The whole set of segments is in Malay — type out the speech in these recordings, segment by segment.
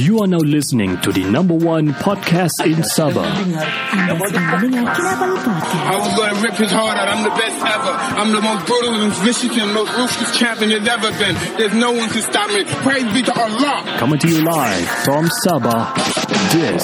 You are now listening to the number one podcast in Sabah. Anda sedang mendengar Kinabalu Podcast. I was gonna rip his heart out. I'm the best ever. I'm the most brutal in Michigan, most ruthless champion there's ever been. There's no one can stop me. Praise be to Allah. Coming to you live from Sabah, this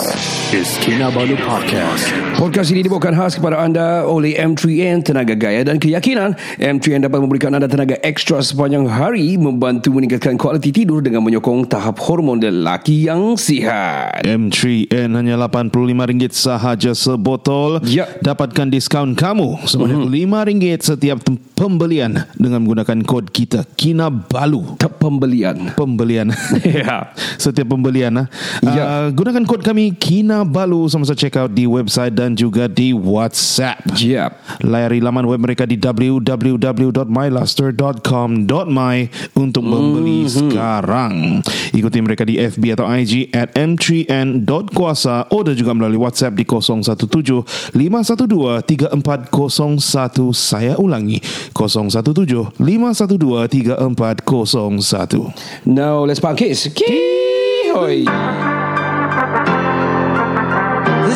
is Kinabalu Podcast. Podcast ini dibawakan khas kepada anda oleh M3N Tenaga Gaya dan Keyakinan. M3N dapat memberikan anda tenaga ekstra sepanjang hari membantu meningkatkan kualiti tidur dengan menyokong tahap hormon lelaki yang sihat. M3N hanya RM85 sahaja sebotol. Ya. Mm-hmm. Dapatkan diskaun kamu sebanyak RM5 setiap tem- pembelian dengan menggunakan kod kita Kinabalu. Tak pembelian. Pembelian. Ya. Setiap pembelian ah. Ya. Uh, gunakan kod kami Kinabalu semasa check out di website dan juga di WhatsApp. Yap. Layari laman web mereka di www.myluster.com.my untuk membeli sekarang. Ikuti mereka di FB atau IG at m3n.kuasa atau juga melalui WhatsApp di 017 512 3401. Saya ulangi 017 512 3401. Now let's pakis. Kihoi.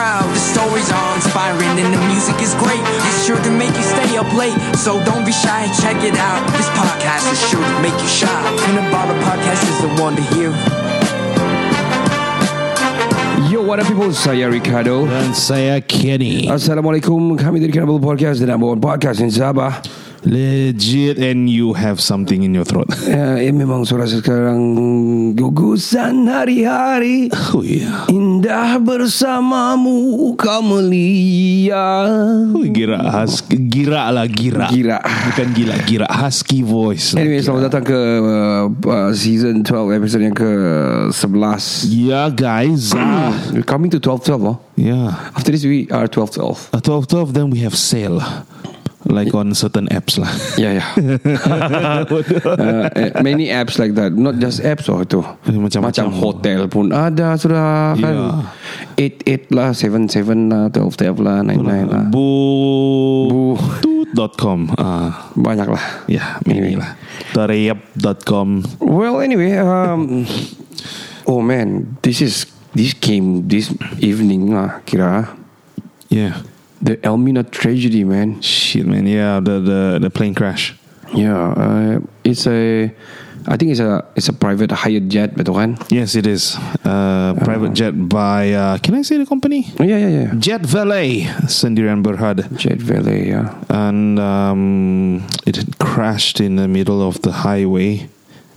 The stories are inspiring and the music is great. It's sure to make you stay up late. So don't be shy and check it out. This podcast is sure to make you shy. And the Baller Podcast is the one to hear. Yo, what up people? Saya Ricardo. Dan saya Kenny. Ah. Assalamualaikum. Kami dari Kinabalu Podcast dan number one podcast in Sabah. Legit and you have something in your throat. Ya, ya memang suara saya sekarang gugusan hari-hari. Oh yeah. Indah bersamamu kau melihat. Ui, Gira has Gira lah gira Gira. Bukan gila Gira husky voice lah, Anyway, gira. selamat datang ke uh, uh, season 12 episode yang ke-11. Ya guys ah. We're coming to 12 12 oh. Ya After this we are 12 12. Out of 12 then we have sale Like on certain apps lah Yeah, yeah. uh, eh, many apps like that. Not just apps oh itu. Eh, macam-macam. Ya. Macam hotel pun ada sudah kan. Yeah. 88 lah, 77 lah, 12 12 lah, 99 lah. Bu Bu. Toot.com ah. Banyak lah. Ya maybe Anyway. lah Tarayap.com Well, anyway, um, oh man, this is this came this evening lah kira Yeah the Elmina tragedy, man. Shit man Yeah the, the, the plane crash Yeah, uh, it's a, I think it's a it's a private hired jet, betul kan? Yes it is uh, Private jet by uh, Can I say the company? Oh, yeah, yeah, yeah. Jet Valet Sendirian Berhad Jet Valley, yeah. and um, it had crashed in the middle of the highway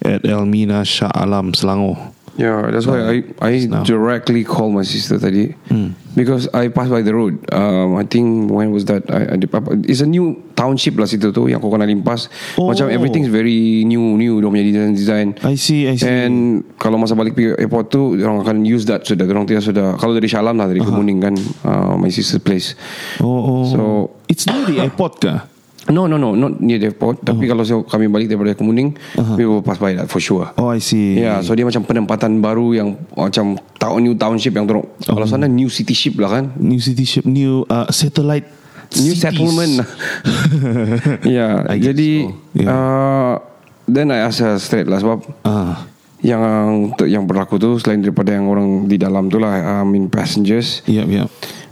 at Elmina Shah Alam Selangor. Yeah, that's why I I now. directly call my sister tadi Hmm. because I passed by the road. Um, I think when was that? I, I did- it's a new township lah situ tu yang kau kena limpas. Oh. Macam everything's very new new dia punya design design. I see, I see. And kalau masa balik pergi airport tu orang akan use that sudah. Orang tidak sudah. Kalau dari Shalam lah dari Kemuning kan uh, my sister's place. Oh, oh. So it's near the airport, kah? no no no not near the airport. Tapi kalau saya- kami balik daripada Kemuning, we will pass by that for sure. Oh, I Ya, see. yeah, so dia macam penempatan baru yang oh, macam town new township yang teruk. Oh. Kalau sana new city ship lah kan. New city ship, new uh, satellite. New cities. settlement. ya, yeah, I guess jadi so. Yeah. uh, then I ask her straight lah sebab Ah, yang yang berlaku tu selain daripada yang orang di dalam tu lah, I mean passengers, yep, yep.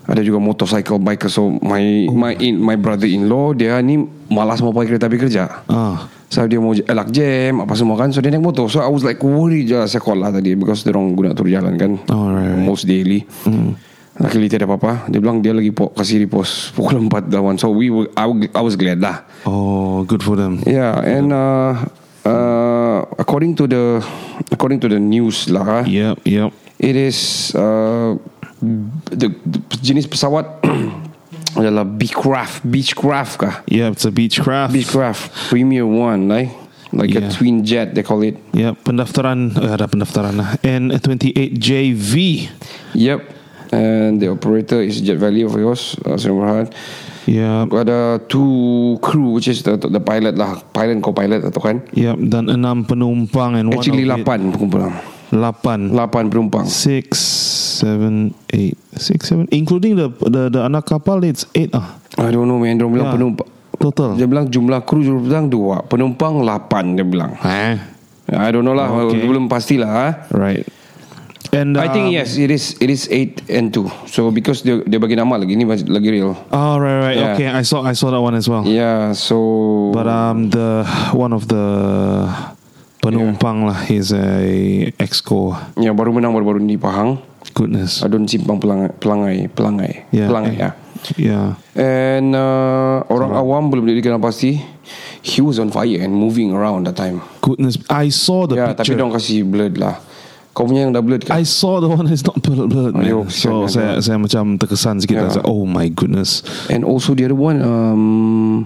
ada juga motorcycle biker. So my my in my brother-in-law dia ni malas mau pakai kereta api kerja. Ah, So dia mau elak jam Apa semua kan So dia naik motor So I was like worried je lah sekolah tadi Because dia orang guna tur jalan kan Oh, right, right. Most daily mm. Luckily tiada apa-apa Dia bilang dia lagi po- kasih repost Pukul 4 lawan So we were, I, wa- I was glad lah oh, good for them. Yeah and uh, uh, According to the According to the news lah yeah. Yep, yep. It is uh, the, the jenis pesawat Adalah Beechcraft Beechcraft kah Yep, it's a beechcraft. Beechcraft Premier One right Like a Yeah. twin jet They call it Ya, pendaftaran eh, ada pendaftaran lah. N28JV. Yep And the operator is Jet Valley of course uh, Sri Berhad Ya, Ada two crew Which is the, the pilot lah Pilot and co-pilot atau kan ya dan enam penumpang and one Actually of it- lapan kumpulan Lapan. Lapan penumpang Six, seven, eight, six, seven, including the the the anak kapal it's eight ah. I don't know man Dia orang bilang Ya. penumpang Total. Dia bilang jumlah kru Dia bilang dua Penumpang lapan Dia bilang Eh. I don't know lah Oh, okay. Okay. Belum pastilah ah. Right. And I think um, yes it is it is 8 and 2 so because dia dia bagi nama lagi ni masih- lagi real Oh right, right. Yeah. Okay, I saw I saw that one as well. yeah so But um, the one of the penumpang lah is a exco. yang baru menang baru-baru ni Pahang Goodness. adun simpang pelangai pelangai pelangai pelangai yeah. Yeah. and uh, orang awam belum dikenal pasti he was on fire and moving around that time Goodness. I saw the yeah tapi picture. dong kasih blurred lah kau punya yang dah blurred kan I saw the one that's not blurred blurred. man. Ayuh, so kesian, saya saya macam terkesan sikit. Yeah. Yeah. Like, oh my goodness. and also the other one um,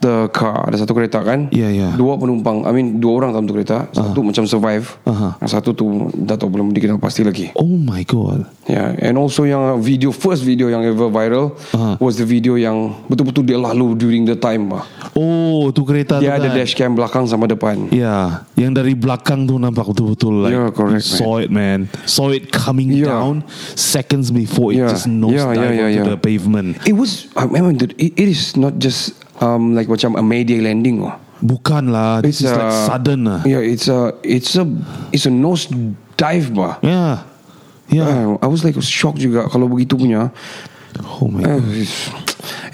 the car ada satu kereta kan Yeah, yeah. dua Uh-huh. penumpang I mean dua orang dalam tu kereta satu macam survive Aha. yang satu tu dah tahu belum dikenal pasti lagi Oh my god. Yeah, and also yang video first video yang ever viral Aha. was the video yang betul-betul dia lalu during the time lah. Oh tu kereta Dia ada tu kan. dashcam belakang sama depan. Yeah, yang dari belakang tu nampak betul-betul like Yeah, Ya, correct, Ya. you saw it man, saw it coming Yeah. down seconds before it Yeah. just nose Yeah, yeah, yeah, onto yeah. the pavement. It was I mean it, it is not just um like macam a media landing oh. Bukan lah, this It's uh, Ya. is like a- sudden lah. Yeah, it's a it's a it's a nose dive bah. Yeah, yeah. Ah, I was like shocked juga kalau begitu punya. oh my god. Uh,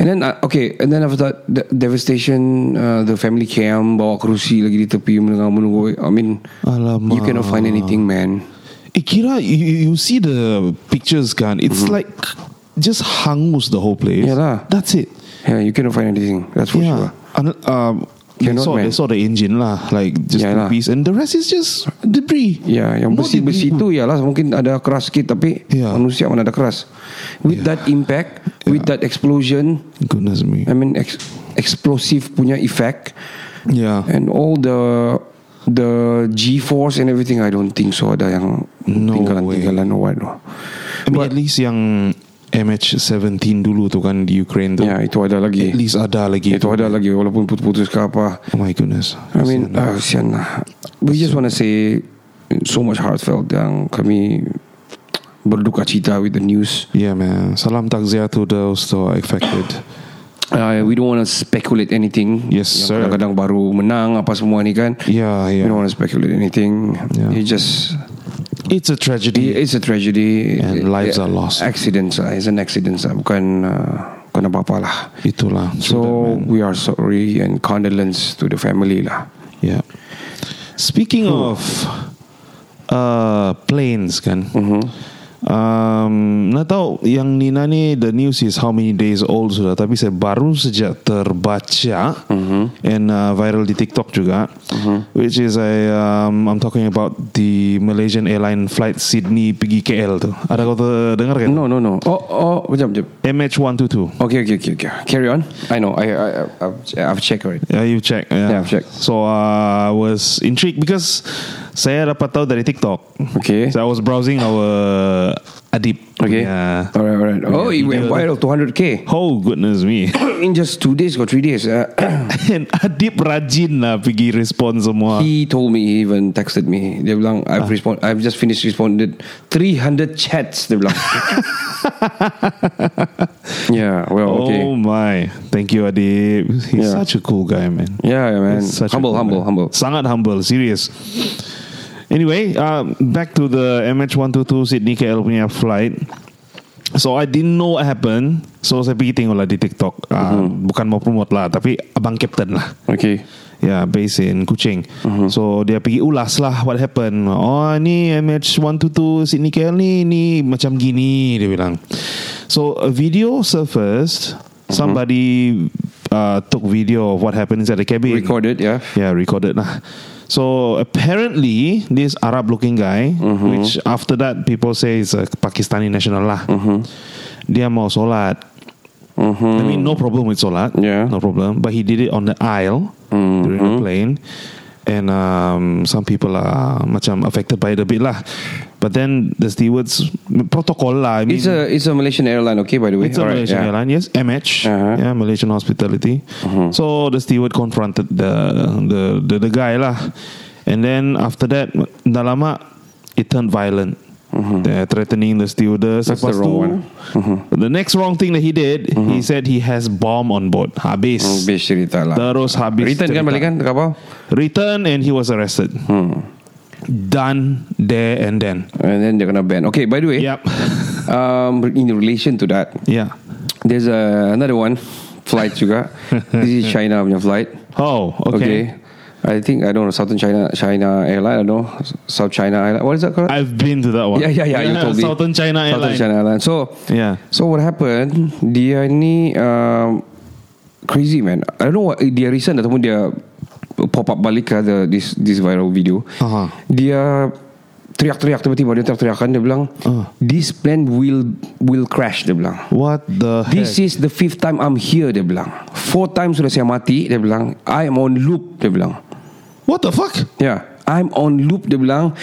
And then uh, okay, and then after that the devastation, uh, the family came bawa kerusi lagi di tepi mendengar menunggu. I mean, Alamak. you cannot find anything, man. Eh kira you, you you see the pictures kan, it's Mhm. like just hangus the whole place. Yeah lah. That's it. Yeah, you cannot find anything. That's for sure. Yeah. And, um, they Cannot, saw, man. they saw the engine lah, like just Yeah two lah. piece, and the rest is just debris. Ya, yang Not besi-besi debris. itu ialah mungkin ada keras sikit tapi Yeah. manusia mana ada keras. With that impact, with that explosion, Goodness me. I mean ex- explosive punya effect Yeah. and all the the G force and everything I don't think so ada yang No tinggalan-tinggalan or what. I mean, at least yang MH17 dulu tu kan di Ukraine tu. Ya, itu ada lagi. At least ada lagi. Itu ada lagi walaupun putus-putus ke apa. Oh my goodness. I mean, ah, kesian lah. We just want to say so much heartfelt yang kami berduka cita with the news. yeah man. Salam takziah to those who are affected. Uh, we don't want to speculate anything. Yes, Yang sir. Kadang-kadang baru menang apa semua ni kan. Yeah, We yeah. don't want to speculate anything. Yeah. It just It's a tragedy. it's a tragedy. And lives are lost. Accidents lah. It's an accident lah. Bukan uh, bukan apa-apa lah. Itulah. So we are sorry and condolence to the family lah. yeah. Speaking of uh, planes kan. Mm-hmm. Um, nak tahu yang Nina ni the news is how many days old sudah tapi saya baru sejak terbaca Mm-hmm. and uh, viral di TikTok juga which is I um, I'm talking about the Malaysian airline flight Sydney pergi KL tu ada kau ter- dengar kan No, no, no. Oh, oh, jump, jump. MH122 Okay, okay, okay, okay. Carry on. I know. I, I, I I've, I've checked already. Yeah, you check. Yeah, Yeah, I've checked. So uh, I was intrigued because saya dapat tahu dari TikTok. Okay. So I was browsing our Adib. Okay. Yeah. All right, all right. Oh, it went Yeah, video- viral. 200k Oh goodness me. in just two days or three days. Uh, And Adib rajin lah pergi respon semua. he told me, he even texted me. Dia bilang, Ah. I've respond, I've just finished responded 300 chats. Dia bilang. yeah. Well, okay. Oh my. Thank you Adib. He's Yeah. such a cool guy man. yeah, yeah, man. He's such a Humble, cool humble, guy. humble. Sangat humble, serious. Anyway, uh, back to the MH122 Sydney KL punya flight. So I didn't know what happened. So saya pergi tengok lah di TikTok. Uh, Mm-hmm. Bukan mau promote lah, tapi abang captain lah. Okay. Ya, yeah, based in Kuching. So dia pergi ulas lah what happened. Oh, ni MH122 Sydney KL ni ni macam gini dia bilang. So a video surfaced. Somebody uh, took video of what happened inside the cabin. Recorded, yeah. Yeah, recorded lah. So apparently this Arab looking guy Mm-hmm. which after that people say is a Pakistani national lah. Mm-hmm. Dia mau solat. I mean no problem with solat. Yeah. Mm-hmm. No problem, but he did it on the aisle during the plane. and um, some people are macam affected by it a bit lah. But then the stewards protocol lah. I mean, It's a it's a Malaysian airline, okay? By the way, It's a Alright, Malaysian yeah. airline, yes, MH, Uh-huh. yeah, Malaysian Hospitality. So the steward confronted the the the, the guy lah, and then after that, dah lama it turned violent. They're threatening the Uh-huh. stewardess. That's the Lepas wrong tu, one. Uh-huh. The next wrong thing that he did, he said he has bomb on board. Habis. Oh, Habis cerita lah. Terus habis Return kan cerita. balik kan ke kapal? Return and he was arrested. Hmm. Done there and then. And then dia kena ban. Okay, by the way. Yep. Um, in relation to that, yeah. there's a, another one flight juga. This is China punya flight. Oh, okay. Okay. I think I don't know Southern China China Airline. I don't know South China Airline. What is that called? I've been to that one. Yeah, yeah, yeah. You told me. Southern China Southern Airline. China Airline. So, Yeah. So what happened? Dia ni um, crazy man. I don't know what eh, dia recent ataupun dia pop up balik ke ada this this viral video. Aha. Dia teriak-teriak tiba-tiba dia teriak-teriakan dia bilang Ah. this plane will will crash dia bilang. What the This is the fifth time I'm here dia bilang. Four times sudah saya mati dia bilang. I am on loop dia bilang. What the fuck? Yeah. Ya. I'm on loop dia bilang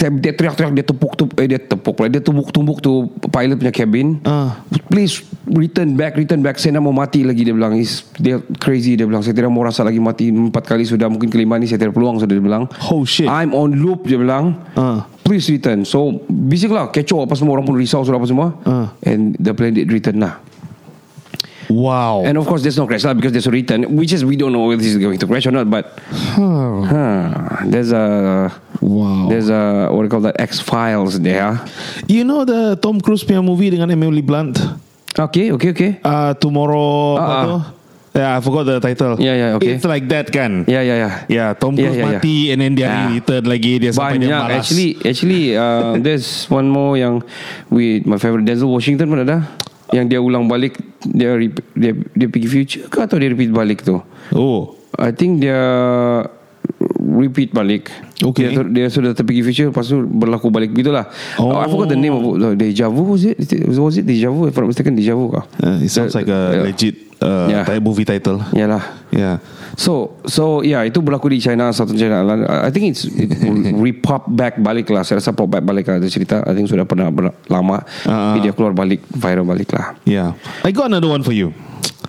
Dia dia teriak-teriak Dia tepuk tu, eh, Dia tepuk pula Dia tumbuk-tumbuk tu Pilot punya cabin Ah. Please Return back Return back Saya nak mau mati lagi Dia bilang Is, Dia crazy Dia bilang Saya tidak mau rasa lagi mati Empat kali sudah Mungkin kelima ni Saya tidak peluang sudah Dia bilang Oh, shit. I'm on loop Dia bilang Ah. Please return So Basic lah Kecoh apa semua Orang pun risau sudah apa semua Ah. And the plane did return lah Oh. Wow. And of course, there's no crash lah because there's a return, which is we don't know whether this is going to crash or not. But huh, there's a Wow. there's a what do you call that X Files there. you know the Tom Cruise punya movie dengan Emily Blunt? Okay, okay, okay. Uh, tomorrow apa Ah, tu? Yeah, I forgot the title. Yeah, yeah, okay. It's like that kan? Yeah, yeah, yeah. Yeah, Tom Yeah, Cruise yeah, yeah. mati and then dia Yeah. return lagi dia sampai Banyak dia malas. actually actually uh, there's one more yang with my favorite Denzel Washington pun ada yang dia ulang balik dia rep- dia dia pergi future ke atau dia repeat balik tu. Oh. I think dia repeat balik. Okay. Dia, ter- dia sudah terpergi future lepas tu berlaku balik gitulah. Oh. Oh. I forgot the name of the Deja Vu was it? Was it Deja Vu? If I'm not mistaken Deja Vu kah? Uh, it sounds like a Yeah. legit uh, Yeah. type movie title. Yalah. Yeah. So so yeah itu berlaku di China satu China. I I think it's it will repop back balik lah. Saya rasa pop back balik lah itu cerita. I think sudah pernah ber- lama. Ah. Tapi dia keluar balik viral balik lah. Yeah. I got another one for you.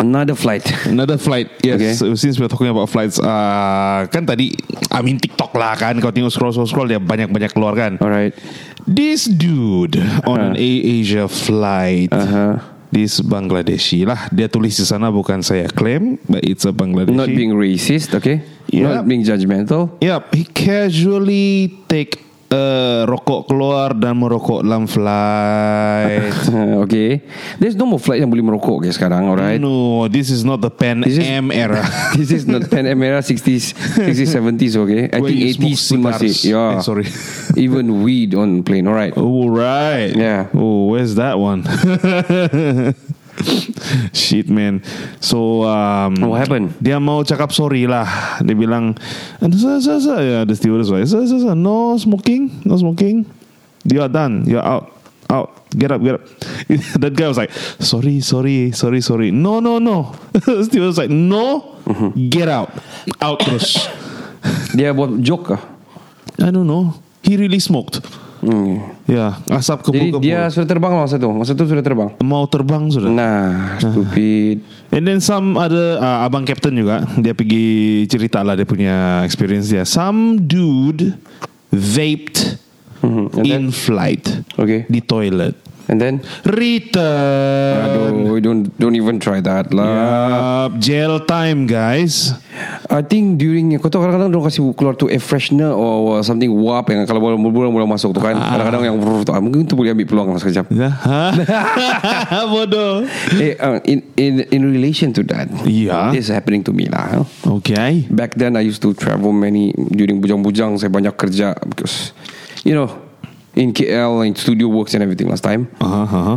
Another flight. Another flight Yes Okay. so Since we're talking about flights uh, Kan tadi I mean TikTok lah kan Kau tengok scroll-scroll Dia banyak-banyak keluar kan Alright. This dude On an A- Asia flight Uh-huh. This Bangladeshi lah Dia tulis di sana Bukan saya claim But it's a Bangladeshi Not being racist, okay? Not Yeah. being judgmental. Yep He casually take uh, Rokok keluar Dan merokok dalam flight Uh, okay There's no more flight yang boleh merokok ke sekarang Alright No This is not the Pan This is- M era This is not Pan Am era 60s 60s 70s okay I Where think you 80s pun smoke masih cigars. yeah. Eh, sorry. Even weed on plane Alright Oh right. Yeah. Oh, where's that one? Shit man. So um, What happened? Dia mau cakap sorry lah. Dia bilang, sir, sir, sir. Yeah, the stewardess was, sir, sir, sir, no smoking, no smoking. You are done. You are out. Out. Get up, get up. that guy was like, sorry, sorry, sorry, sorry. No, no, no. the stewardess was like, no, Mm-hmm. get out. Out terus. Dia buat joke lah. kah I don't know. He really smoked. hmm. Yeah. Asap Jadi kebul-kebul. dia sudah terbang lah masa tu Masa tu sudah terbang mau terbang sudah. Nah Stupid And then some ada uh, abang captain juga dia pergi cerita lah dia punya experience dia. Some dude vaped Mm-hmm. And then? in flight. Okay. Di toilet. And then Return. Aduh don't, don't even try that lah Yup, jail time guys. I think during Kau tahu kadang-kadang Diorang kasih keluar tu Air freshener Or something warp Yang kalau bulan-bulan Mula masuk tu kan Ah. Kadang-kadang yang Mungkin tu boleh ambil peluang lah Masa kejap Ya, Ha? Bodoh. Eh, uh, in in in relation to that, Yeah. this is happening to me lah. Okay. Back then, I used to travel many during bujang-bujang. Saya banyak kerja because, you know, in KL in studio works and everything last time. Aha, aha.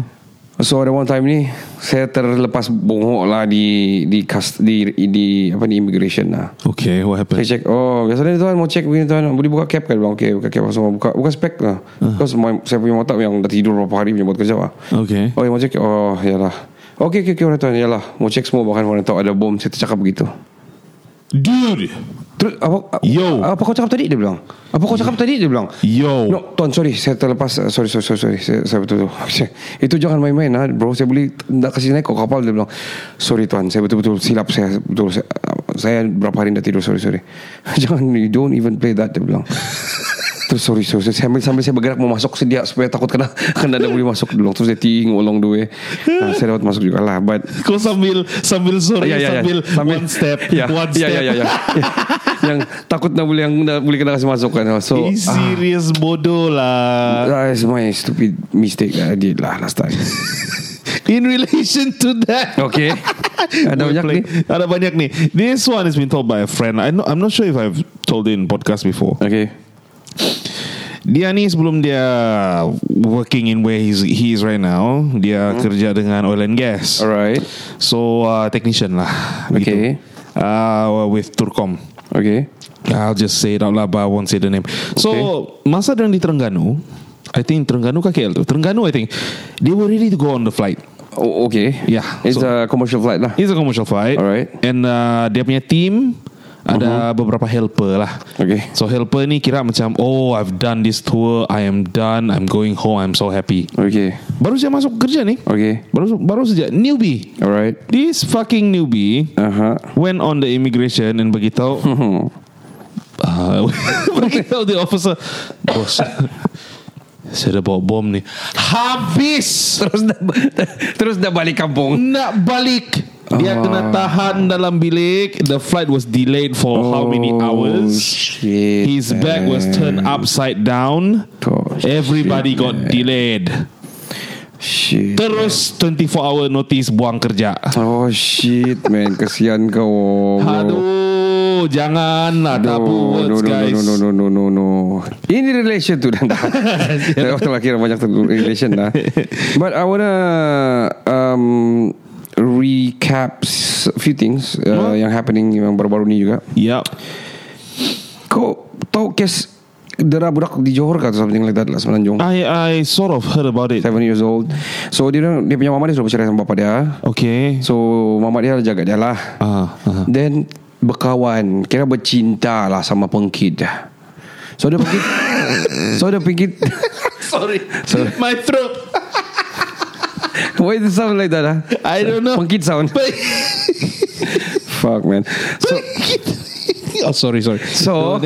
So ada one time ni saya terlepas bongok lah di di kas, di, di apa ni immigration lah. Okay, what Saya happened? cek Oh biasanya tuan mau cek begini tuan Boleh buka cap kan Dia Bilang okay buka cap Semua buka Buka spek lah Because my, saya punya otak Yang dah tidur beberapa hari Punya buat kerja lah Okay. Oh ya mau cek Oh yalah Okay okay okay orang tuan Yalah Mau cek semua Bahkan orang tahu ada bom Saya tercakap begitu Tu Dude. Terus apa Yo. Apa kau cakap tadi dia bilang? Apa kau cakap tadi dia bilang? Yo. No, tuan sorry saya terlepas Uh, sorry sorry sorry, sorry. Saya, saya betul-betul. Itu jangan main-main ha, bro. Saya beli nak kasih naik kok kapal dia bilang. Sorry tuan, saya betul-betul silap saya betul saya, saya berapa hari tidak tidur sorry sorry. jangan you don't even play that dia bilang. Terus sorry sorry saya ambil sambil saya bergerak mau masuk sedia supaya takut kena kena ada boleh masuk dulu. Terus dia ting along the way. Nah, saya dapat masuk juga lah but Kau sambil sambil sorry Ya, ya, ya. sambil, one step ya, one ya, step. ya, ya, ya. Ya. yang takut nak boleh yang nak boleh kena kasih masuk kan so Ini serious bodoh lah. that is my stupid mistake that I did lah last time In relation to that. okay ada We're banyak ni playing- Ada banyak nih. This one has been told by a friend. I know, I'm not sure if I've told it in podcast before. okay Dia ni sebelum dia working in where he's, he is right now, dia kerja dengan oil and gas. Hmm. alright So uh, technician lah. Okay. Gitu. Uh, with Turkom. okay I'll just say it out loud, but I won't say the name. So masa dia di Terengganu, I think Terengganu KKL tu. Terengganu I think they were ready to go on the flight. oh, okay Yeah, it's a so- commercial flight lah It's a commercial flight. Alright. Uh-huh. And uh, dia punya team ada beberapa helper lah. Okay. So helper ni kira macam oh I've done this tour, I am done, I'm going home, I'm so happy. okay Baru saja masuk kerja ni. okay Baru baru saja newbie. alright Uh-huh. This fucking newbie aha went on the immigration and beritahu uh, beritahu the officer bos saya dah bawa bom ni habis terus dah terus dah balik kampung nak balik Ah. dia kena tahan dalam bilik the flight was delayed for how many Oh, hours shit, his bag was turned upside down Oh, everybody got delayed shit terus 24 hour notice buang kerja oh shit man kesian kau bro. aduh janganlah double Oh. no, words guys No, no, no, no, no, no. In relation to that. Tapi waktu lelaki dah banyak tu relation lah. But I wanna um, recap s- few things uh, yang happening yang baru-baru ni juga. yep Kau tahu kes dera budak di Johor kah atau something like that lah Semenanjung. Ah. I I sort of heard about it. Seven years old. So dia orang- dia punya mama dia sudah bercerai sama bapa dia. Okay. So mama dia jaga dia lah. Ah, ah. Then berkawan, kira bercinta lah sama pengkid dah. So dia pengkid So dia pengkid Sorry. My throat. Why does it sound like that ah? I don't know. Pengkid sound Fuck man So oh, sorry, sorry. So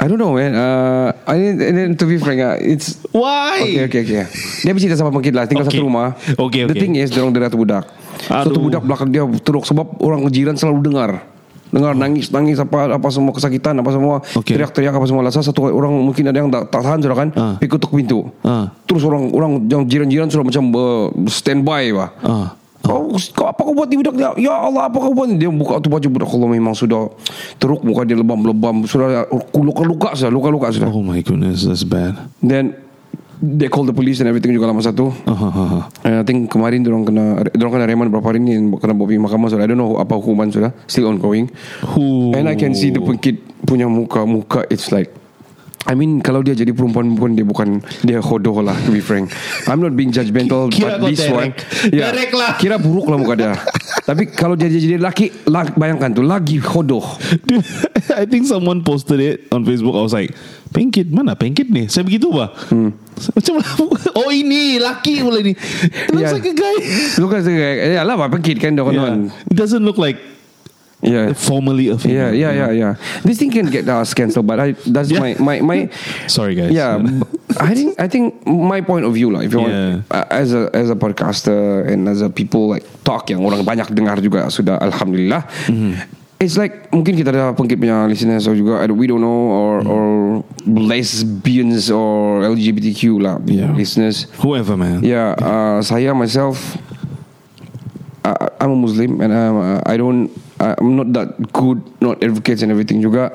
I don't know man uh, I need, I need to be frank ah, It's Why? Okay okay okay Dia bercinta sama pengkid lah Tinggal Okay. satu rumah Okay, The okay. thing is Diorang dia satu budak Satu Aduh. budak belakang dia teruk Sebab orang jiran selalu dengar Oh. Dengar nangis-nangis apa apa semua kesakitan apa semua Okay. teriak-teriak apa semua lah Salah satu orang mungkin ada yang tak, tak tahan sudah kan Ah. pergi ketuk pintu Ah. terus orang orang yang jiran-jiran sudah macam uh, standby bah Ah. Kau, kau apa kau buat ni budak dia? Ya Allah apa kau buat ni? Dia buka tu baju budak Allah memang sudah teruk muka dia lebam-lebam sudah luka-luka sudah luka-luka sudah. Oh my goodness, that's bad. Then they call the police and everything juga lah masa tu. Ah, ah, ah. And I think kemarin dorong kena dorong kena reman berapa hari ni and kena bawa pergi mahkamah sudah. I don't know apa hukuman sudah. Still ongoing. Ooh. And I can see the pengkid punya muka muka it's like I mean kalau dia jadi perempuan pun dia bukan dia hodoh lah to be frank. I'm not being judgmental Kira but kau this derek. one Derek lah. kira buruk lah muka dia. Tapi kalau dia jadi laki la- bayangkan tu lagi hodoh. Dude, I think someone posted it on Facebook. I was like, Pengkit mana Pengkit ni? Saya begitu bah. Hmm. Macam oh ini laki pula ni. It looks Yeah. like a guy. Lu kan saya ya lah apa pengkid kan dorong Yeah. It doesn't look like Yeah. formally a female. Yeah, yeah, yeah, yeah. This thing can get us cancelled, but I that's Yeah. my my my. Sorry, guys. Yeah, b- I think I think my point of view lah. If you Yeah. want, uh, as a as a podcaster and as a people like talk yang orang banyak dengar juga sudah alhamdulillah. Mm-hmm. It's like mungkin kita ada pengkit punya listeners or juga I don't- we don't know or Mm-hmm. or lesbians or LGBTQ lah Yeah. listeners. Whoever man. Yeah, uh, saya myself, I, I'm a Muslim and I'm, uh, I don't, I- I'm not that good, not advocates and everything juga.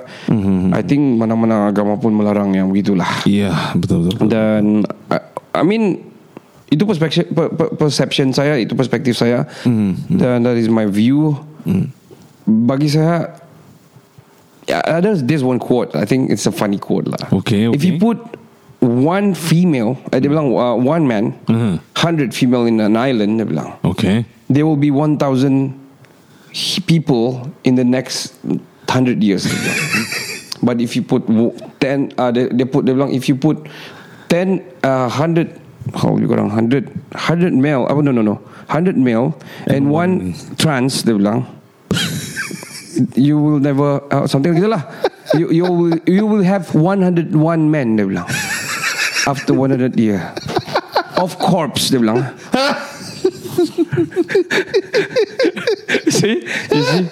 I think mana-mana agama pun melarang yang begitulah. Yeah, betul betul. Dan I, I mean itu perspektif per, per, perception saya, itu perspektif saya. Hmm, Dan that is my view. Bagi saya yeah, there's this one quote. I think it's a funny quote lah. Okay, If you put okay. one female, eh, dia bilang uh, one man, Mhm. 100 female in an island, dia bilang. Okay. There will be 1000 he- people in the next 100 years dia bilang. But if you put wo- 10 uh, they, they put Dia bilang if you put 10 uh, 100 How you korang 100 100 male apa no no no 100 male and, one trans dia bilang you will never uh, something like itulah you you will you will have 101 men dia bilang after 100 year of corpse dia bilang see you see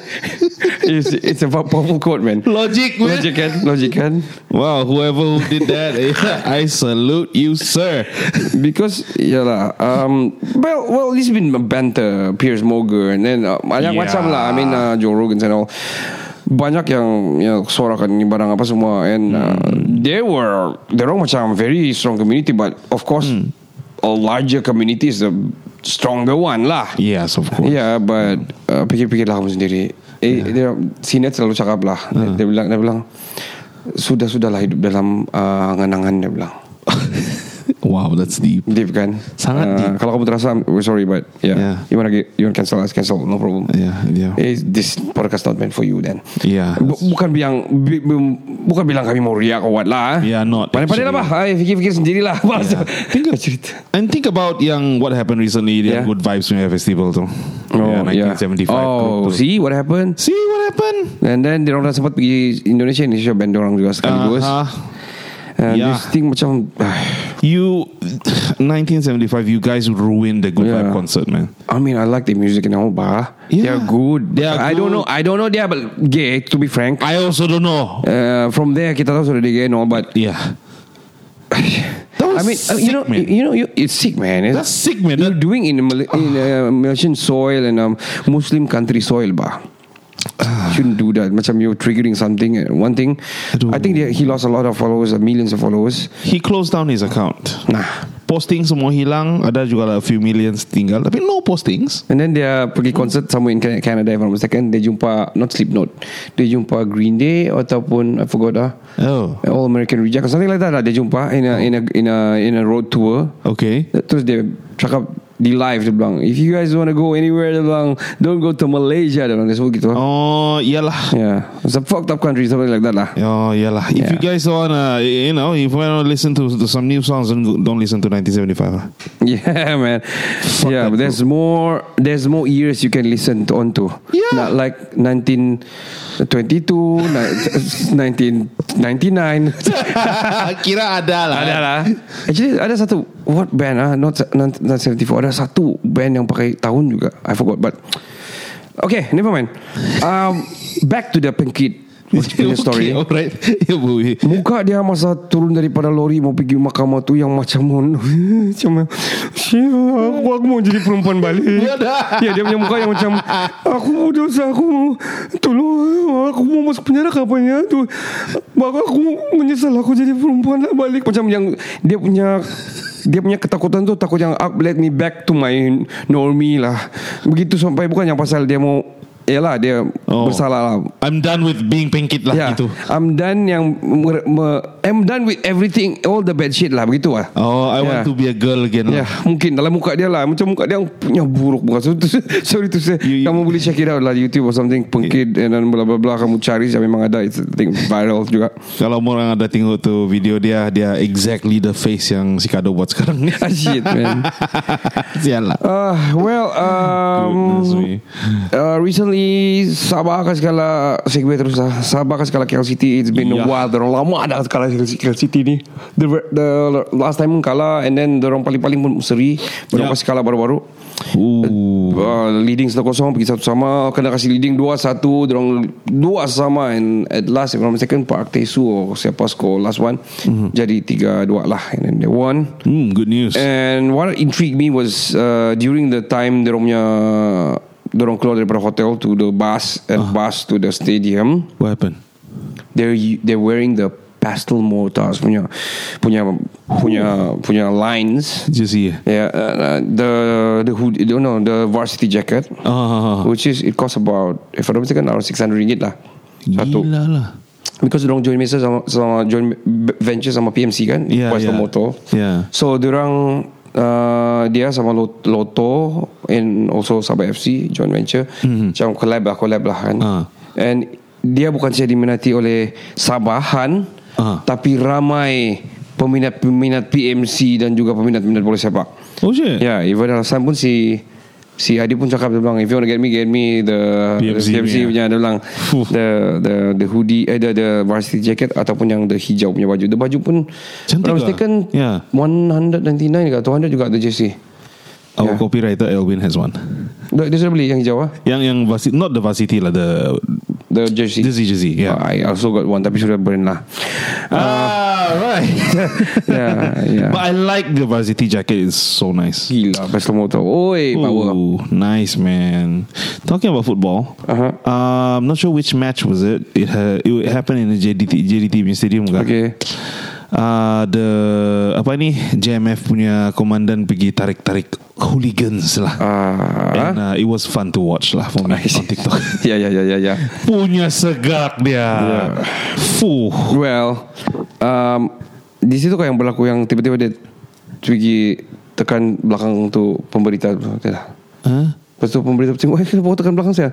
you see it's about powerful quote man Logic, man. logic kan logic eh? kan Wow, whoever who did that, eh, I salute you, sir. because yeah lah um well well this has been banter Piers Morgan and then uh, banyak Yeah. macam lah I mean uh, Joe Rogan and all banyak yang yang sorakan ni barang apa semua and uh, Hmm. they were they orang macam very strong community but of course Hmm. a larger community is the stronger one lah Yes, of course. Yeah but uh, Fikir-fikirlah kamu sendiri Eh dia Senior selalu cakap lah dia, Hmm. dia bilang Dia bilang Sudah-sudahlah hidup dalam uh, Angan-angan dia bilang Wow, that's deep. Deep kan Sangat Uh, deep. Kalau kamu terasa I'm we're sorry but Yeah, Yeah. You wanna get You wanna cancel us Cancel no problem Yeah, yeah. Eh, This podcast not meant for you then Yeah, Bu- that's- Bukan bilang bi- bi- Bukan bilang kami mau riak or what lah eh. Yeah, not Pandai-pandai lah actually. bah Ay, Fikir-fikir sendirilah yeah. Tinggal cerita And think about young what happened recently. Yeah. The Good Vibes New Year Festival, though. yeah, 1975. Oh group tu. see what happened see what happened? And then Diorang dah sempat pergi Indonesia Indonesia band diorang juga sekaligus uh-huh. And Yeah. yeah. this thing macam You, 1975. You guys ruined the Good Yeah. Vibe concert, man. I mean I like the music and all bah Yeah. They're good They are I don't know good. I don't know They are gay To be frank I also don't know. uh, From there kita tahu sudah dia gay and all But Yeah, that was I mean uh, sick, you know man. You know you, It's sick man It's- That's sick, man. You're That- doing in, a Mal- in uh, Malaysian soil And um, Muslim country soil bah Ah. Shouldn't do that Macam you're triggering something uh, One thing Aduh. I think they, he lost a lot of followers uh, Millions of followers he closed down his account. Nah Posting semua hilang. Ada juga lah a few millions tinggal. Tapi no postings. And then dia pergi concert somewhere in Can- Canada if I'm not mistaken. Dia jumpa not Slipknot. Dia jumpa Green Day ataupun I forgot ah. Oh, All American Reject or something like that lah. Dia jumpa in a in a in a in a road tour. okay. Terus dia cakap di live dia bilang, if you guys want to go anywhere dia bilang, don't go to Malaysia dia bilang. Dia sebut gitu. Oh. Oh, iyalah. Yeah, it's a fucked up country something like that lah. Oh yeah, lah. If you Yeah. guys wanna, you know, if you wanna listen to, to some new songs, don't, go- don't listen to 1975. lah. Yeah, man. yeah, that but there's more. There's more years you can listen to, onto. Yeah. Not like 1922, ni- 1999. Kira ada lah. ada lah. Actually, ada satu what band ah? Not not, not 74. Ada satu band yang pakai tahun juga. I forgot, but okay, never mind. Um, back to the Penkit punya story. Okay, alright. Ya, Yeah, but we- Muka dia masa turun daripada lori mau pergi mahkamah tu yang macam mon- macam "Syah, aku, aku mau jadi perempuan balik. Ya dah. Ya dia punya muka yang macam aku mau dosa aku mau tolong aku mau masuk penjara kapannya tu. Baru aku menyesal aku jadi perempuan nak balik macam yang dia punya dia punya ketakutan tu takut yang up let me back to my normie lah. Begitu sampai bukan yang pasal dia mau Yalah dia Oh. bersalah lah I'm done with being pengkit lah gitu. Ya. I'm done yang mer- me- I'm done with everything All the bad shit lah Begitu lah Oh, I want Yeah. to be a girl again. Ya yeah, lah. mungkin dalam muka dia lah Macam muka dia yang punya buruk muka. So, tu- Sorry to say You- you- Kamu boleh check it out lah YouTube or something Pengkid And then bla bla bla Kamu cari saya memang ada It's I think viral juga Kalau orang ada tengok tu video dia, dia exactly the face yang si Kado buat sekarang. Ah, Shit man Sialah. uh, Well um, Goodness me. uh, Recently Sabah akan skala Segway terus lah Sabah akan skala KL City It's been a Yeah. while Dorang lama ada skala KL City- KL City ni the, the last time pun kalah And then Dorang paling-paling pun seri Dorang Yeah. yeah. kalah baru-baru Ooh. uh, Leading 1-0 Pergi satu sama Kena kasih leading 2-1 Dorang dua sama And at last If I'm not mistaken Park Tesu Or siapa score last one Mhm. Jadi 3-2 lah And then they won Hmm, good news. Eh. And what intrigued me was uh, during the time dia orang punya dorong keluar daripada hotel to the bus and bus to the stadium. What happened? They're they're wearing the pastel mortars punya punya punya punya lines. Did you see? it? Yeah, uh, uh, the the hoodie, no, no, the varsity jacket, Ah. which is it costs about if I don't mistaken around 600 ringgit lah. Satu. Gila lah. Because dorang join mesa sama, sama join venture sama PMC kan Yeah, Pastel yeah. Motor Yeah. So dorang uh, Dia sama Lot- Lotto And also Sabah FC Joint venture Macam collab lah Collab lah kan Mm-hmm. Ah. And dia bukan saja diminati oleh Sabahan Ah. tapi ramai peminat-peminat PMC dan juga peminat-peminat bola sepak. Oh shit. Yeah, even Ya, Hassan pun si si Adi pun cakap dia bilang if you want to get me get me the PMC the PMC punya. punya dia bilang Fuh. the the the hoodie eh the the varsity jacket ataupun yang the hijau punya baju. The baju pun Cantik kalau lah. mistaken Yeah. 199 ke 200 juga the JC. Yeah. Our copywriter Elwin has one. Dia, dia sudah beli yang hijau ah. Yang yang varsity, not the varsity lah, the The jersey. Ah, Jersey, jersey, ya. yeah. I also got one tapi sudah burn lah. ah right. yeah, yeah. But I like the varsity jacket. It's so nice. Gila Pasal motor Oi power Ooh, nice man. Talking about football, Uh-huh. uh, I'm not sure which match was it. It ha- it happened in the JDT JDT punya stadium kan? Okay. Uh, the apa ni JMF punya komandan pergi tarik tarik hooligans lah. Ah. And uh, it was fun to watch lah for me on TikTok. Ya ya ya ya ya punya segak dia. Fuh. Well um, Di situ kau yang berlaku Yang tiba-tiba dia Pergi Tekan belakang tu Pemberita tu Tidak Huh? Lepas tu pemberita tengok Eh kenapa kau tekan belakang saya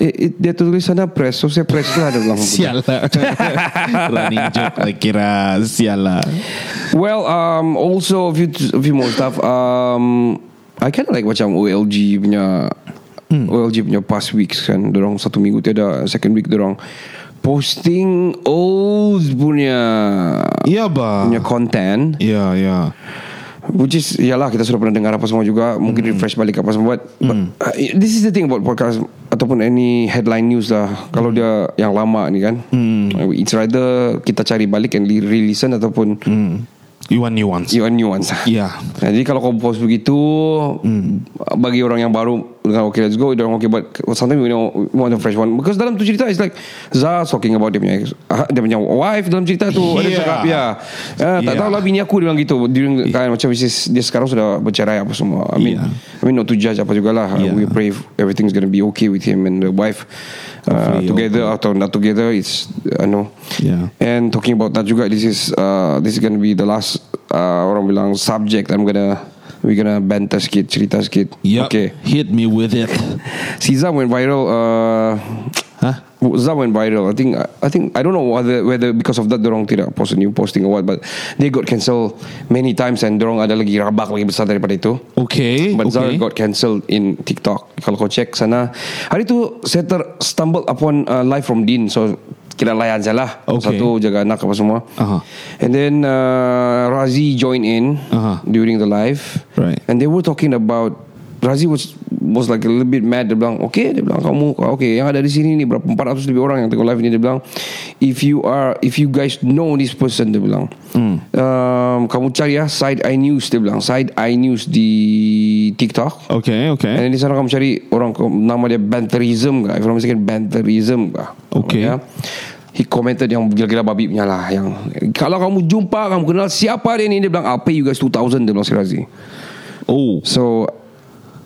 eh, eh, Dia tulis sana press So saya press lah Dia bilang Sial lah Running joke lah kira Sial lah Well, um, also a few a few more stuff. Um, I kind of like macam OLG punya Hmm. OLG punya past weeks kan. Dorong satu minggu tiada second week dorong posting old punya Ya bah punya content Ya ya which is yalah kita sudah pernah dengar apa semua juga mungkin refresh balik apa semua but, but uh, this is the thing about podcast ataupun any headline news lah kalau dia yang lama ni kan it's rather kita cari balik and re-listen ataupun You want nuance you nuance lah. Ya Nah, jadi kalau kau post begitu Hmm. Bagi orang yang baru Dengan okay let's go Dia orang okay but Sometimes we know We want a fresh one Because dalam tu cerita It's like Zah talking about dia punya ex- ah, Dia punya wife Dalam cerita tu Ada Yeah. cakap ya eh, Tak Yeah. tahulah bini aku Dia bilang gitu During, kan, Macam which is, dia sekarang sudah bercerai Apa semua I mean I Yeah. mean not to judge apa jugalah Yeah. We pray Everything's gonna be okay with him And the wife uh, Hopefully, Together Atau not together It's I know Yeah. And talking about that juga, this is uh, this is gonna be the last uh, orang bilang subject. I'm gonna we gonna banter sikit, cerita sikit. Yup. Okay. Hit me with it Si Zam went viral. Uh, Huh? Zam went viral. I think I think I don't know whether whether because of that dorong tidak post a new posting or what, but they got cancelled many times and dorong ada lagi rabak lagi besar daripada itu. Okay But Zara okay. got cancelled in TikTok. Kalau kau check sana hari tu saya ter stumble upon uh, live from Dean so kita layan je lah Okay. satu jaga anak apa semua Aha. and then uh, Razi joined in Aha. during the live Right. and they were talking about Razi was was like a little bit mad dia bilang okay dia bilang kamu okay yang ada di sini ni berapa 400 lebih orang yang tengok live ni dia bilang if you are if you guys know this person dia bilang Hmm. um, kamu cari ya side eye news dia bilang side eye news di TikTok Okay okay And then di sana kamu cari orang nama dia Banterism kah? If I'm mistaken Banterism kah? Okay. Ya. He commented yang gila-gila babi punya lah yang kalau kamu jumpa kamu kenal siapa dia ni dia bilang apa you guys 2000 dia bilang si Razi. Oh So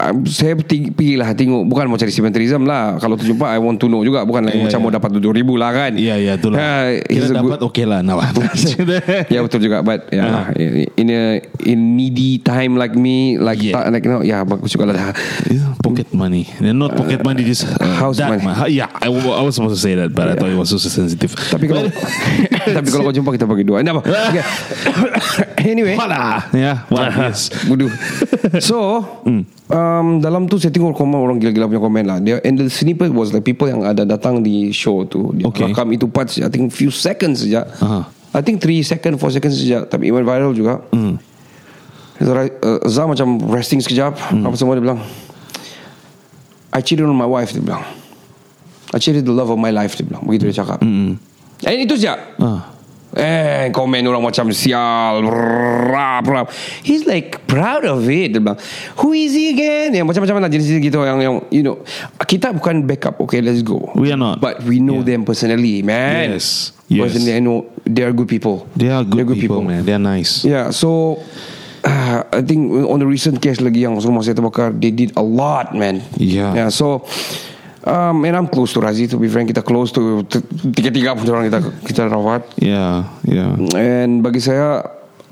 um, saya ting- pergi lah tengok bukan mau cari sementerism lah kalau tu jumpa I want to know juga bukan like Yeah, macam yeah. mau dapat 7000 lah kan. Ya ya tu Ha, lah he's Kira a good- dapat okay lah Nah Ya betul juga But yeah, In a In needy time like me Like Yeah. tak, like no, Ya bagus juga lah Yeah, pocket money. And not pocket money, just uh, house that money. mon- yeah, I, wa- I was supposed to say that, but I thought it was so sensitive. Tapi kalau Tapi kalau kau jumpa Kita bagi dua Ini apa okay. Anyway Wala. Yeah, wala. yes. Bodoh So Hmm. um, Dalam tu saya tengok komen Orang gila-gila punya komen lah Dia, And the snippet was like People yang ada datang di show tu Dia Okay. rakam itu part I think few seconds saja Aha. I think 3 second 4 seconds saja Tapi it went viral juga Hmm. Zara- uh, Zah macam resting sekejap Hmm. Apa semua dia bilang I cheated on my wife Dia bilang I cheated the love of my life Dia bilang Begitu dia cakap Hmm, And itu saja Ah. Eh komen orang macam sial rap, rap. He's like proud of it dia bilang, Who is he again Yang macam-macam lah jenis gitu yang, yang you know Kita bukan backup Okay let's go We are not. But we know Yeah. them personally man Yes, yes. Personally I know They are good people They are good, They're people, man. They are nice. Yeah, so uh, I think on the recent case lagi yang rumah saya terbakar, they did a lot, man. Yeah. Yeah, so um, and I'm close to Razi to be frank, kita close to t- tiga-tiga pun orang kita kita rawat. Yeah, yeah. And bagi saya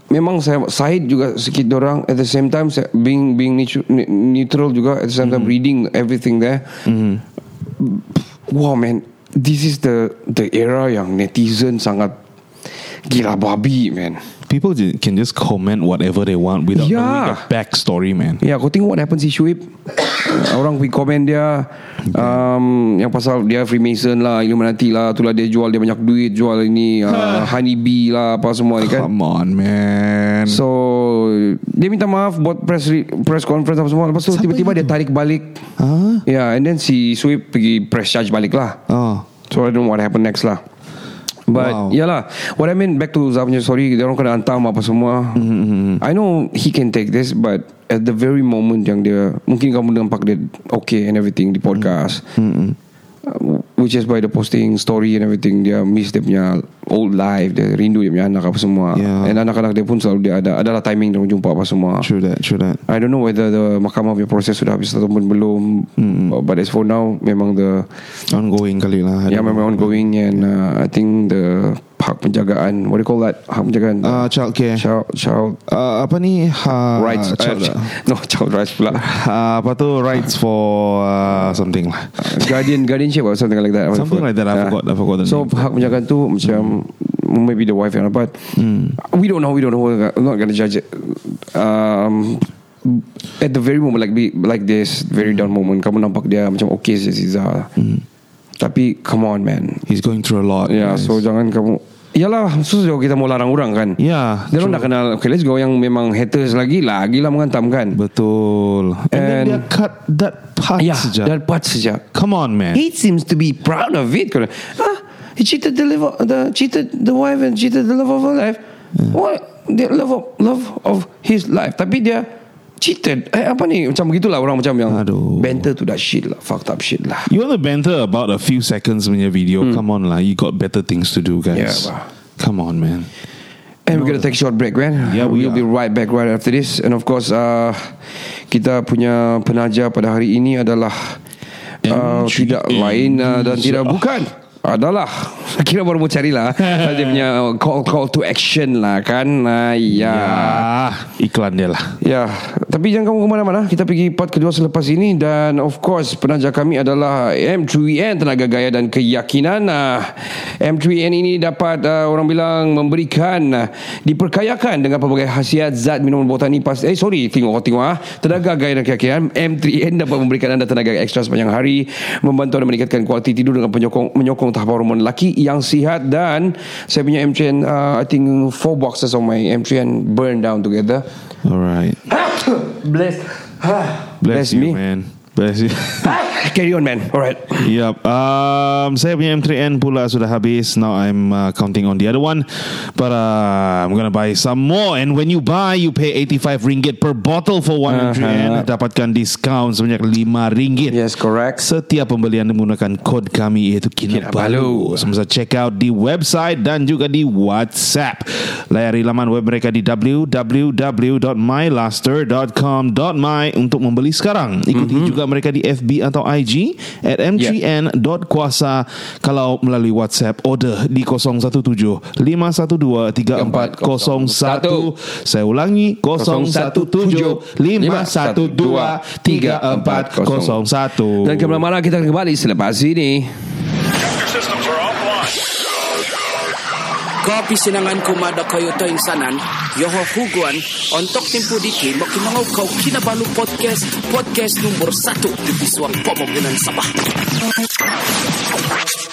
memang saya side juga sikit orang at the same time saya, being being neu- ne- Mm-hmm. neutral juga at the same time reading everything there. Wow man, this is the the era yang netizen sangat gila babi man. People ju- can just comment whatever they want without Yeah. knowing the backstory, man. Ya, yeah, kau tengok what happens si Shuib. Orang pergi komen dia um, yang pasal dia Freemason lah, Illuminati lah, itulah dia jual dia banyak duit, jual ini uh, honeybee lah apa semua ni kan. Come on, man. So dia minta maaf buat press re- press conference apa semua. Lepas tu Sampai tiba-tiba gitu? dia tarik balik. Huh? Ya, yeah, and then si Sweep pergi press charge balik lah. Oh. So I don't know what happened next lah. But wow. Wow. yalah What I mean back to Zah punya story Dia orang kena hantam apa semua mm-hmm. I know he can take this But at the very moment yang dia Mungkin kamu nampak dia Okay and everything Di podcast mm-hmm. Which is by the posting story and everything Dia miss dia punya old life Dia rindu dia punya anak apa semua Yeah. And anak-anak dia pun selalu dia ada Adalah timing dia orang jumpa apa semua True that, true that. I don't know whether the mahkamah punya proses sudah habis ataupun belum mm-hmm. But as for now Memang the Ongoing kali lah. I Yeah, don't know. memang ongoing and uh, I think the hak penjagaan, what do you call that? Hak penjagaan. Uh, childcare. child child Uh, apa ni? Ha, rights. child, Uh, no, child rights pula. uh, apa tu? Rights for uh, something lah. Guardian guardianship or something like that. I Something like that, lah, I forgot, I forgot the so name. Hmm. hak penjagaan tu macam maybe the wife and but we don't know, we don't know. I'm not gonna judge it. Um, at the very moment like be, like this very down Hmm. moment, kamu nampak dia macam okay si Ziza. Tapi come on man, He's going through a lot. Ya yeah, guys. so jangan kamu Yalah Susah juga kita mau larang orang kan Yeah, Dia orang Ya, true. dah kenal Okay let's go Yang memang haters lagi Lagi lah menghantam kan Betul. And, then And- they cut that part Ya saja. Dan part saja Come on, man. He seems to be proud of it kata. Ah, He cheated the, love, the Cheated the wife And cheated the love of her life Hmm. What The love of, love of his life Tapi dia Cheated Eh apa ni Macam begitulah orang macam yang Aduh. Banter to that shit lah Fucked up shit lah You want to banter about a few seconds in your video? Come on, lah. You got better things to do, guys. Hmm. Yeah, bah. Come on, man. And we're gonna take a short break, man. Yeah, we we'll be are. right back right after this. And of course, uh, kita punya penaja pada hari ini adalah uh, M3N. tidak lain uh, dan tidak Ah. bukan adalah kira baru mau cari lah dia punya call call to action lah kan uh, ya Ah, iklan dia lah. Ya, tapi jangan kamu ke mana-mana. Kita pergi part kedua selepas ini dan of course penaja kami adalah M3N Tenaga Gaya dan Keyakinan. Ah, M3N ini dapat ah, orang bilang memberikan ah, diperkayakan dengan pelbagai khasiat zat minuman botani pas eh sorry tengok tengok ah. Tenaga Gaya dan Keyakinan M3N dapat memberikan anda tenaga ekstra sepanjang hari, membantu anda meningkatkan kualiti tidur dengan penyokong menyokong tahap hormon lelaki yang sihat dan saya punya M3N ah, I think four boxes of my M3N burn down together. All right. Bless. Bless, Bless me. you, man. Bless you. Carry on, man. All right. Yep. Um, saya punya M3N pula sudah habis. Now I'm uh, counting on the other one, but uh, I'm gonna buy some more. And when you buy, you pay 85 ringgit per bottle for one Uh-huh. M3N. Dapatkan diskaun sebanyak 5 ringgit. Yes, correct. Setiap pembelian menggunakan kod kami iaitu Kinabalu. Kinabalu. Semasa check out di website dan juga di WhatsApp. Layari laman web mereka di www.mylaster.com.my untuk membeli sekarang. Ikuti Mhm. juga mereka di FB atau IG at mgn.kuasa kalau melalui WhatsApp order di 017 512 3401. Saya ulangi 017 512 3401. Dan ke mana-mana kita akan kembali selepas ini. Kopi sinangan kumada kayo tayong sanan, yoho huguan, ontok timpo diki, makimangaw kau kinabalu podcast, podcast number satu, di Biswang Pamumunan Sabah.